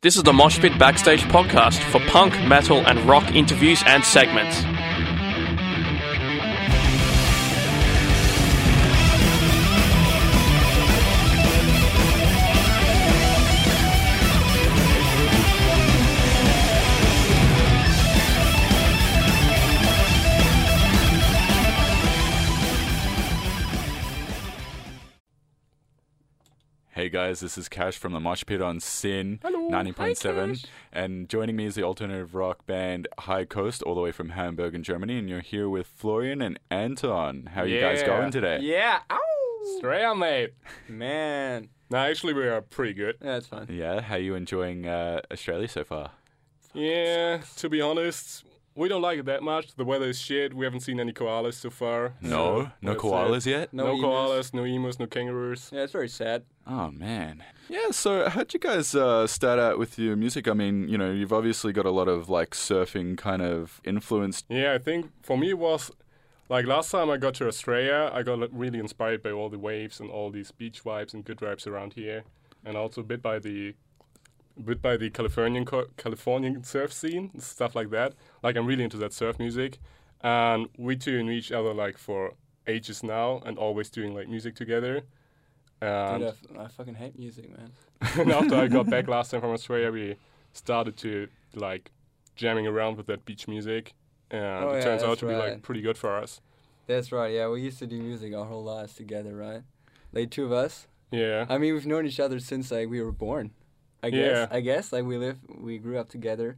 This is the Mosh Pit Backstage podcast for punk, metal, and rock interviews and segments. Hey guys, this is Cash from the Mosh Pit on Sin 90.7, and joining me is the alternative rock band High Coast, all the way from Hamburg in Germany. And you're here with Florian and Anton. How are you guys Yeah. going today? Yeah. Ow. Straight on, mate. Man. No, actually, we are pretty good. That's fine. Yeah, how you enjoying uh, Australia so far? Yeah, to be honest, we don't like it that much. The weather is shit. We haven't seen any koalas so far. No, So, no that's koalas it. yet. No, emus. koalas, no emus, no kangaroos. Yeah, it's very sad. Oh man. Yeah. So how'd you guys uh, start out with your music? I mean, you know, you've obviously got a lot of like surfing kind of influence. Yeah, I think for me it was like last time I got to Australia, I got like, really inspired by all the waves and all these beach vibes and good vibes around here, and also a bit by the bit by the Californian co- Californian surf scene and stuff like that. Like I'm really into that surf music, and we two knew each other like for ages now, and always doing like music together. Dude, I, And, f- I fucking hate music, man. and after I got back last time from Australia, we started to like jamming around with that beach music, and Oh, it yeah, turns out that's to be like right. pretty good for us. That's right. Yeah, we used to do music our whole lives together, right? Like two of us. Yeah. I mean, we've known each other since like we were born. I Yeah. guess. I guess like we live, we grew up together.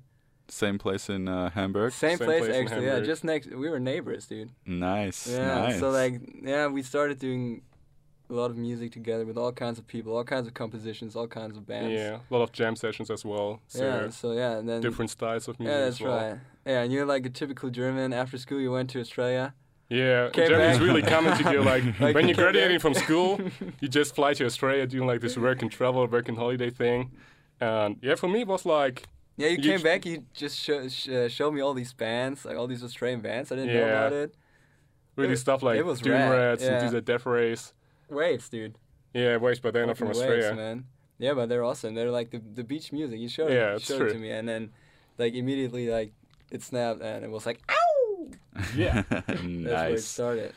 Same place in uh, Hamburg. Same, Same place, place in actually. Yeah, Hamburg. just next. We were neighbors, dude. Nice. Yeah. Nice. So like, yeah, we started doing a lot of music together with all kinds of people, all kinds of compositions, all kinds of bands. Yeah, a lot of jam sessions as well. So Yeah. So yeah, and then different styles of music Yeah, as that's well. right. Yeah, and you're like a typical German. After school, you went to Australia. Yeah, Came Germany's back. really coming to you. Like, Like, when you you're came graduating back. from school, you just fly to Australia doing like this work and travel, work and holiday thing. And yeah, for me it was like, Yeah, you, You came j- back. You just show, sh- uh, showed me all these bands, like all these Australian bands. I didn't know Yeah. about it. really It- stuff like it was Doom rad, Rats yeah. and DZ Death Race. Waves, dude. Yeah, waves, but they're not Fucking from waves, Australia. man. Yeah, but they're awesome. They're like the, the beach music. You showed, Yeah, it, it's showed it true. to me, and then like immediately like it snapped, and it was like ow. Yeah. That's where it nice. started.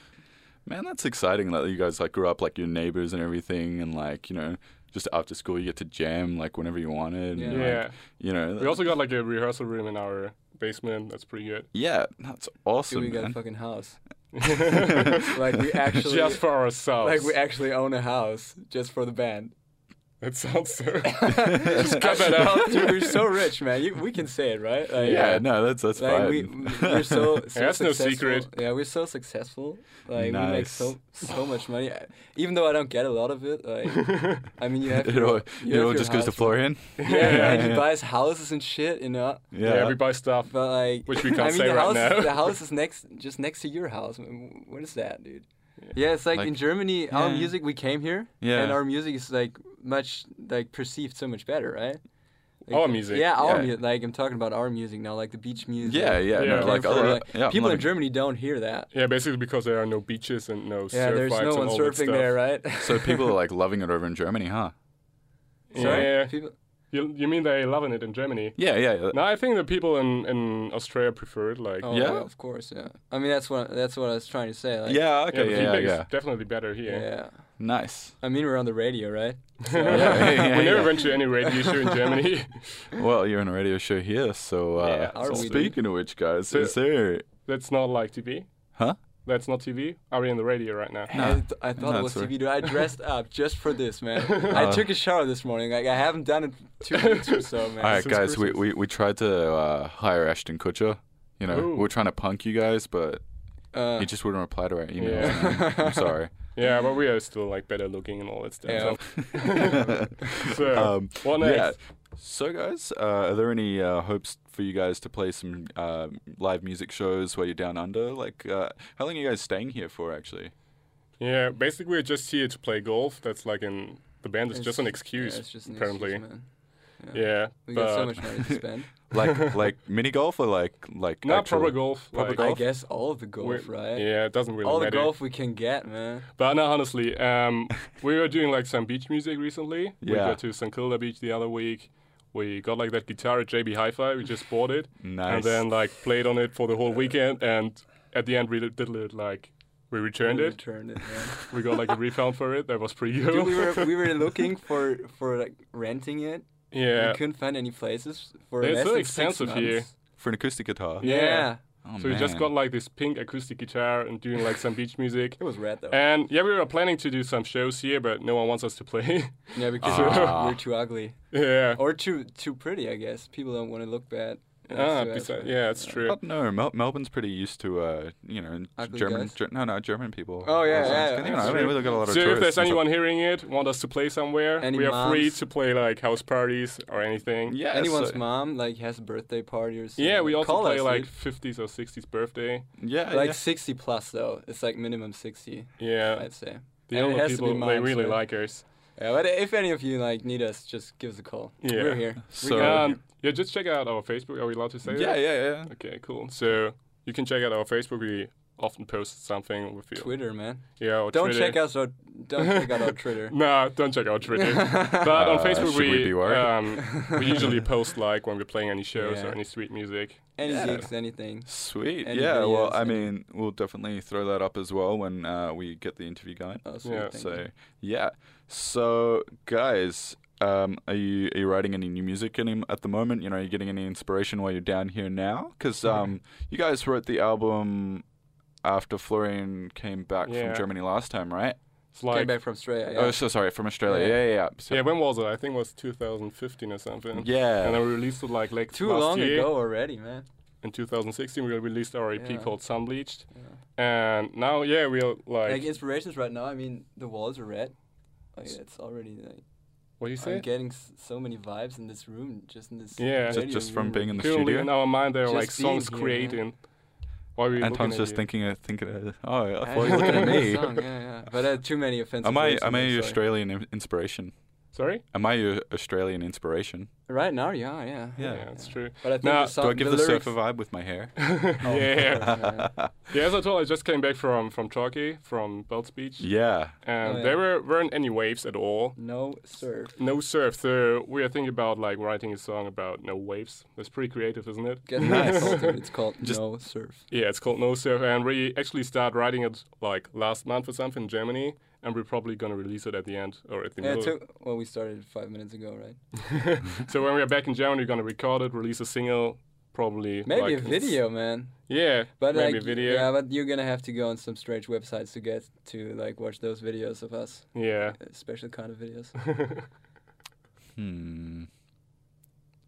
Man, that's exciting that you guys like grew up like your neighbors and everything, and like you know, just after school you get to jam like whenever you wanted. Yeah. And, like, yeah. you know. We also got like a rehearsal room in our basement. That's pretty good. yeah, that's Dude, awesome, we got a man. fucking house. Like we actually, just for ourselves. like we actually own a house just for the band. that sounds so. just cut that out. Dude, we're so rich, man. You, we can say it, right? Like, yeah, no, that's that's Like fine. we, we're so, so that's no successful. secret. Yeah, we're so successful. Like we make Nice. so so much money, I- even though I don't get a lot of it. Like, I mean, you have it your- all, you it have all your just goes to house. Florian. Yeah, and yeah. he buys houses and shit, you know. yeah, we buy stuff. But like, Which we I can't mean, say the right house, now. The house is next, just next to your house. Man, What is that, dude? Yeah, it's like, in Like- Germany, our Yeah. music we came here, Yeah. and our music is like much like perceived so much better, right? Like, Our music. Yeah, our Yeah. music. Like I'm talking about our music now, like the beach music. yeah, yeah, Yeah. no, Came like, from, other- like, yeah, I'm people in loving- Germany don't hear that. Yeah, basically because there are no beaches and no Yeah, surf there's vibes no and one all that surfing stuff. there, right? So people are like loving it over in Germany, huh? Sorry? Yeah. People, You, you mean they're loving it in Germany? Yeah, yeah, yeah. No, I think the people in, in Australia prefer it. Like, oh, Yeah? yeah, of course. Yeah. I mean, that's what that's what I was trying to say. Like, yeah, yeah, the okay, yeah, yeah, feedback is definitely better Yeah. here. nice. I mean, we're on the radio, right? So, Yeah, yeah, we never yeah. went to any radio show in Germany. Well, you're on a radio show here, so uh, Yeah, are we, speaking of which, guys, So- is there? That's not like TV. Huh? That's not TV. Are we in the radio right now? No. I, th- I thought No, it was sorry. Oh. TV. Dude, I dressed up just for this, man. I took a shower this morning. Like I haven't done it two weeks or so, man. All right, Since guys, we, Christmas. we, we tried to uh, hire Ashton Kutcher. You know, Ooh. we are trying to punk you guys, but Uh, he just wouldn't reply to our emails. Yeah. man. I'm sorry. Yeah, but Mm-hmm. we are still like better looking and all that stuff. Yeah. So, Um, what next? yeah. So, guys, uh, are there any uh, hopes for you guys to play some uh, live music shows while you're down under? Like, uh, how long are you guys staying here for, actually? Yeah, basically we're just here to play golf. That's like an the band is It's- just an yeah, excuse. yeah, it's just an apparently. excuse, man. Yeah, We but got so much money to spend. Like, like mini golf or like like not actual- proper golf. proper like, golf? I guess all the we're- golf, right? Yeah, it doesn't really eh? All the matter. golf we can get, man. But no, honestly, um, we were doing like some beach music recently. We Yeah. got to St Kilda Beach the other week. we got like that guitar at JB Hi-Fi. We just bought it Nice. and then like played on it for the whole weekend. And at the end, we did it like we returned We it. returned it. Yeah. We got like a refund for it. That was pretty Dude, we good. were we were looking for for like renting it. yeah, We couldn't find any places for They're less so than expensive six months. here. for an acoustic guitar. Yeah. Yeah. Oh, so we just man. got like this pink acoustic guitar and doing like some beach music. It was rad though. And yeah, we were planning to do some shows here, but no one wants us to play. yeah, because Ah. we're, we're too ugly yeah. or too too pretty, I guess. People don't want to look bad. next Ah, to us, besides, but- yeah, it's true. But no, Mel- Melbourne's pretty used to, uh, you know, Ugly German. guys? Ger- no, no, German people. Oh, yeah, It's- yeah, it's- You know, that's I mean, true. we've got a lot of So if tourists there's and anyone hearing it, want us to play somewhere, Any we are free moms? to play like house parties or anything. stuff. yeah, Anyone's so- mom like has a birthday party or something. Yeah, we also Call play us, like dude. 50s or 60s birthday. yeah, like yeah. 60 plus though. It's like minimum 60, Yeah, I'd say. the and it older has to be people they moms, really right? like us. Yeah, but if any of you like need us, just give us a call. Yeah. We're here. So- we got it. Um, yeah, just check out our Facebook. Are we allowed to say yeah, that? yeah, yeah. Okay, cool. So you can check out our Facebook. We often post something with you. Twitter, man. yeah, or Don't Twitter. check out our don't check out our Twitter. No, don't check out Twitter. but on Uh, Facebook, should we be worried? um, we usually post like when we're playing any shows Yeah. or any street music. Any Yeah. gigs, anything. Sweet. Any yeah. Well, videos, I any- mean, we'll definitely throw that up as well when uh, we get the interview going. Oh, sweet, Yeah. thank so you. yeah. So guys, um, are you are you writing any new music any, at the moment? You know, are you getting any inspiration while you're down here now? Because um, you guys wrote the album after Florian came back Yeah. from Germany last time, right? It's like came back from Australia. Yeah. Oh, so sorry, from Australia. Yeah. Yeah, yeah. yeah. So- yeah, when was it? I think it was 2015 or something. yeah. And then we released it like late Too last long year. ago already, man. In 2016, we released our EP Yeah. called Sun Bleached, Yeah. and now yeah, we're like, Like inspirations right now. I mean, the walls are red. Like it's already like what do you I'm say? getting s- so many vibes in this room, just in this. Yeah. Ju- radio just from room. being in the Currently studio. in our mind, there are Just like songs being here, yeah. creating. Why we Anton's looking just at you. thinking, of, thinking. Of, oh, I I thought you know, were looking at it's a me. song, yeah, yeah. But uh, too many offensive. Am I words in am I there, your sorry. Australian in- inspiration? Sorry. Am I your Australian inspiration? Right now, yeah, yeah. Yeah. yeah that's true. But I think Now, the do song, Do I give the, lyrics, oh. surfer vibe with my hair? yeah. Yeah. Yeah, as I told, I just came back from from Turkey, from Belts Beach, yeah. and Oh, yeah. there were weren't any waves at all. No surf. No surf. So we are thinking about like writing a song about no waves. That's pretty creative, isn't it? Get Nice. nice. It's called Just- No Surf. Yeah, it's called No Surf, and we actually start writing it like last month or something in Germany, and we're probably gonna release it at the end or at the Yeah, it middle. took, well, we started five minutes ago, right? so when we are back in Germany, we're gonna record it, release a single, probably Maybe like, a video, man. Yeah, But maybe like, a video. yeah, but you're gonna have to go on some strange websites to get to like watch those videos of us, yeah. uh, special kind of videos. Hmm.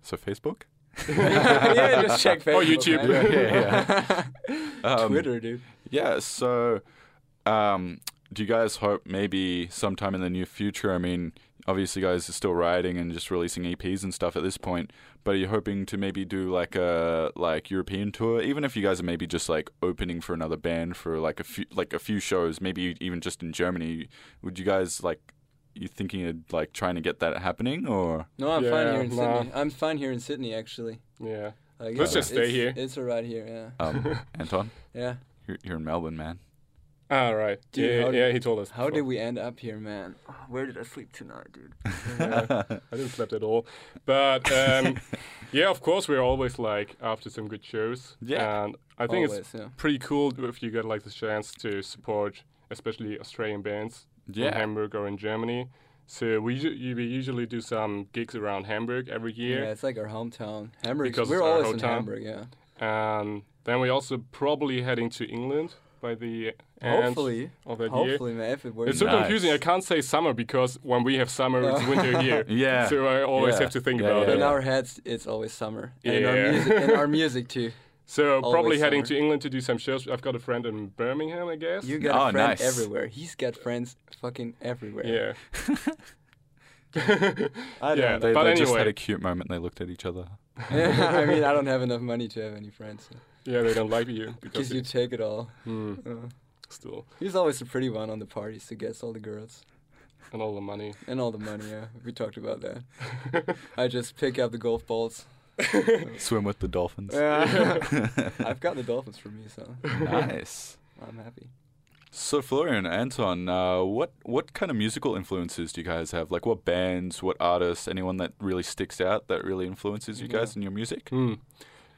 So Facebook? yeah, just check Facebook. Oh, YouTube. man. Yeah, Um, Twitter, dude. Yeah. So, um, do you guys hope maybe sometime in the near future? I mean, obviously, you guys are still writing and just releasing EPs and stuff at this point. But are you hoping to maybe do like a like European tour? Even if you guys are maybe just like opening for another band for like a few like a few shows, maybe even just in Germany. Would you guys like? You thinking of like trying to get that happening, or No, I'm fine Yeah, here in nah. Sydney. I'm fine here in Sydney, actually. yeah. Like, Let's it's- just stay it's- here. It's alright here, yeah. um, Anton? Yeah. You're, you're in Melbourne, man. All Ah, right. Dude, yeah, how did- yeah. He told us. How before. did we end up here, man? Where did I sleep tonight, dude? Yeah. I didn't slept at all. But um, yeah, of course, we're always like after some good shows. Yeah. And I think Always, it's yeah. pretty cool if you get like the chance to support, especially Australian bands in Yeah. Hamburg or in Germany. So we usu- you- we usually do some gigs around Hamburg every Yeah, year, it's like our hometown. Hamburg. Because we're it's our always in hometown. Hamburg, yeah. and Um, then we also probably heading to England by the end Hopefully. of that year. Hopefully, man, if it works. It's so Nice. confusing. I can't say summer because when we have summer, it's winter here. Yeah. So I always Yeah. have to think Yeah, about yeah, it. in our heads, it's always summer. And in Yeah. our music, in our music too. So Always probably heading summer. to England to do some shows. I've got a friend in Birmingham, I guess. You got Oh, a friend nice. everywhere. He's got friends fucking everywhere. yeah. I don't Yeah. know. They, But they just anyway. had a cute moment. They looked at each other. I mean, I don't have enough money to have any friends. so- yeah, they don't like you Because because you you take it all. Hmm, Uh, still he's always the pretty one on the parties who gets all the girls and all the money. and all the money. Yeah, we talked about that. I just pick up the golf balls. Swim with the dolphins. I've got the dolphins for me, so nice. I'm happy. So Florian, Anton, uh, what what kind of musical influences do you guys have? Like, what bands, what artists, anyone that really sticks out that really influences you Mm-hmm. guys in your music? Hmm.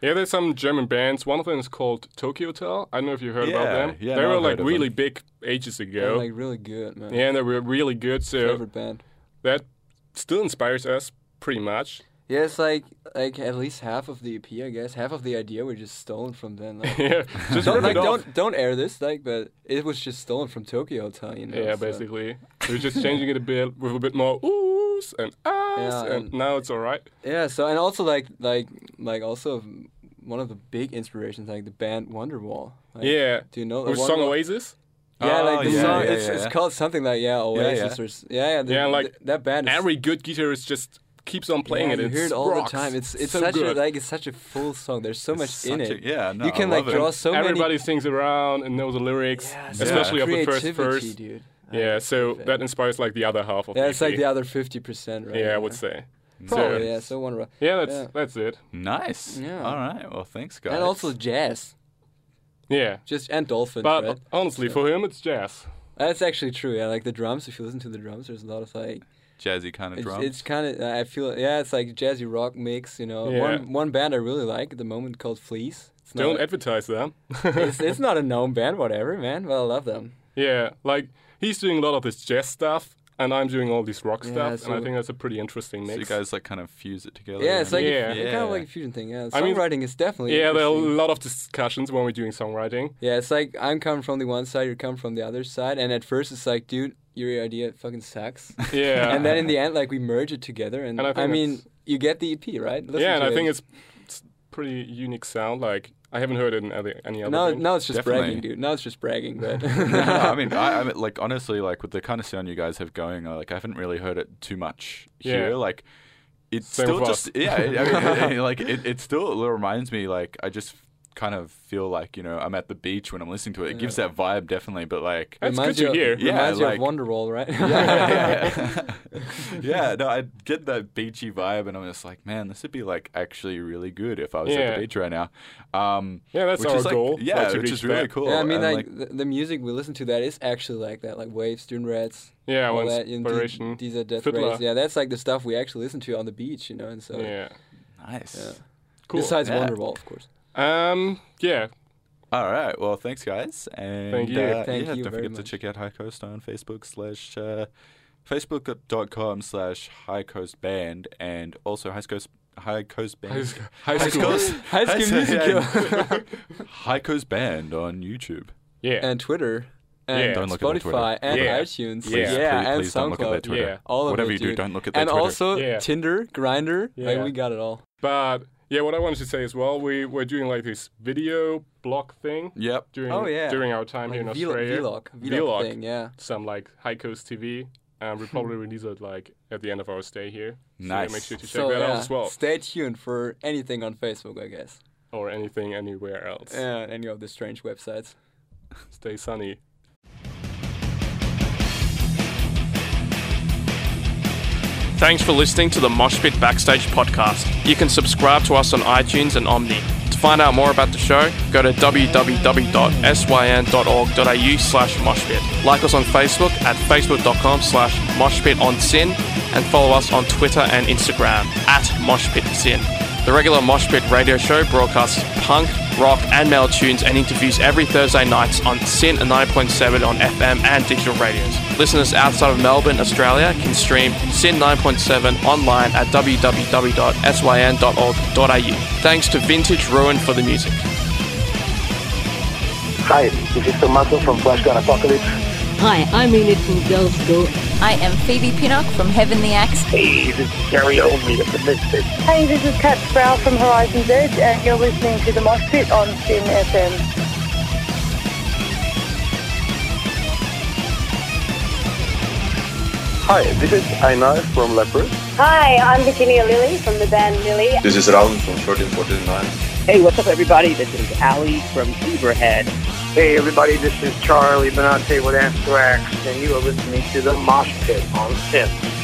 Yeah, there's some German bands. One of them is called Tokyo Hotel. I don't know if you heard Yeah, about them. yeah, they no, were I've heard like of really them. Oh, big ages They're, ago. like really good, man. yeah, and they were really good. So Favorite band. that still inspires us pretty much. Yeah, it's like like at least half of the EP, I guess. Half of the idea we just stolen from them. Like, yeah, just don't rip like it off. don't don't air this, like, but it was just stolen from Tokyo Hotel, you know. Yeah, so- basically. We're just changing it a bit with a bit more oohs and ahs, Yeah, and, and- now it's all right. Yeah, so and also like like like also one of the big inspirations, like the band Wonderwall. Like, yeah. Do you know the With song Wonderwall- Oasis? Yeah, Oh, like the yeah, song. yeah, it's, yeah, it's yeah. called something like yeah, Oasis yeah. or s- yeah, yeah. The, Yeah, like, th- that band is Every good guitarist just keeps on playing yeah, it. You It's hear it all rocks. the time. It's it's so such good. a like it's such a full song. There's so It's much in such it. a- yeah, no, you can I like love it. draw so Everybody many. sings around and knows the lyrics, Yeah, so especially much of the first creativity, verse. dude. Yeah, so creativity. that inspires like the other half of Yeah, it's like EP. the other fifty percent, right? Yeah, I would say. Probably, So, yeah. So one. ro- yeah, that's Yeah. that's it. Nice. Yeah. All right. Well, thanks, guys. And also jazz, Yeah. just and dolphins, But right? honestly, for him, it's jazz. That's actually true. Yeah, like the drums. If you listen to the drums, there's a lot of like jazzy kind of it's, drums. it's kind of I feel yeah, it's like jazzy rock mix. You know, Yeah. one one band I really like at the moment called Fleas. It's not Don't advertise them. it's, it's not a known band, whatever, man. But I love them. Yeah, like he's doing a lot of this jazz stuff, and I'm doing all this rock Yeah, stuff, so- and I think that's a pretty interesting so mix. you guys like kind of fuse it together. Yeah, it's and- like a- Yeah. it's kind of Yeah. like a fusion thing. Yeah, I mean- songwriting is definitely yeah, there are a interesting. lot of discussions when we're doing songwriting. yeah. It's like I'm coming from the one side, you're coming from the other side, and at first it's like, dude, your idea fucking sucks. Yeah, and then in the end, like we merge it together, and, And I I, think mean, that's- you get the EP, right? Listen yeah, and to I it. think it's, it's pretty unique sound. Like I haven't heard it in other, any other. now band. now it's just Definitely. bragging, dude. Now it's just bragging, but no, I mean, I, I mean, like honestly, like with the kind of sound you guys have going, uh, like I haven't really heard it too much here. Yeah. Like it's Same still with just us. yeah, I mean, it- it- like it, it still reminds me. Like I just kind of feel like you know I'm at the beach when I'm listening to it. It gives that vibe definitely, but like. That's reminds good to you hear. Reminds Yeah, you like- of Wonderwall, right? yeah, yeah, yeah. Yeah, no, I get that beachy vibe, and I'm just like, man, this would be like actually really good if I was at Yeah. the beach right now. Um, Yeah, that's which our is, like- goal, Yeah, like, to which reach is really that. cool. Yeah, I mean, and, like, the, the music we listen to that is actually like that, like Waves, Dune Rats. Yeah, all well, that, you know, inspiration. these are death Fiddler. rays. Yeah, that's like the stuff we actually listen to on the beach, you know. And so, yeah, nice. yeah. cool. besides Yeah. Wonderwall, of course. um, yeah, All right. Well, thanks, guys. And Thank you. Uh, Thank yeah, you don't very forget to much. check out High Coast on Facebook slash uh, facebook.com slash High Coast Band and also High Coast High Coast Band. high sc- high High school. Coast- High School Musical. High Coast Band on YouTube. Yeah, and Twitter, and Yeah. Don't look at my Twitter. Spotify, and Yeah. iTunes. Please, yeah, please, and please SoundCloud. don't look at that Twitter. Yeah. All of Whatever it, you do, dude. don't look at that And Twitter. also Yeah. Tinder, Grinder. Like Yeah. we got it all. but yeah, what I wanted to say as well, we we're doing like this video blog thing yep. during Oh, yeah. during our time Like here in Vlog- Australia. Vlog, Vlog, Vlog. thing. Yeah. some like High Coast TV. and we'll probably release it like at the end of our stay here. Nice. So make sure to check So that out yeah, as well. stay tuned for anything on Facebook, I guess, or anything anywhere else. and any of the strange websites. Stay sunny. Thanks for listening to the Mosh Pit Backstage podcast. You can subscribe to us on iTunes and Omni. To find out more about the show, go to www.syn.org.au slash moshpit. Like us on Facebook at facebook.com slash moshpitonsin and follow us on Twitter and Instagram at moshpitsin. The regular Mosh Pit radio show broadcasts punk, rock, and metal tunes and interviews every Thursday nights on Sin 9.7 on FM and digital radios. Listeners outside of Melbourne, Australia can stream Sin 9.7 online at www.syn.org.au. Thanks to Vintage Ruin for the music. Hi, this is Tommaso from Flash Gun Apocalypse. Hi, I'm Enid from Girls School. I am Phoebe Pinnock from Heaven the Axe. Hey, this is Gary Oldman of the Misfits. Hey, this is Kat Sproul from Horizon's Edge, and you're listening to The Mosh Pit on Sin FM. Hi, this is Einar from Leopard. Hi, I'm Virginia Lilly from the band Lilly. This is Raul from 1349. Hey, what's up, everybody? This is Ali from Beaverhead. Hey, everybody, this is Charlie Benante with Anthrax, and you are listening to The Mosh Pit on Synth.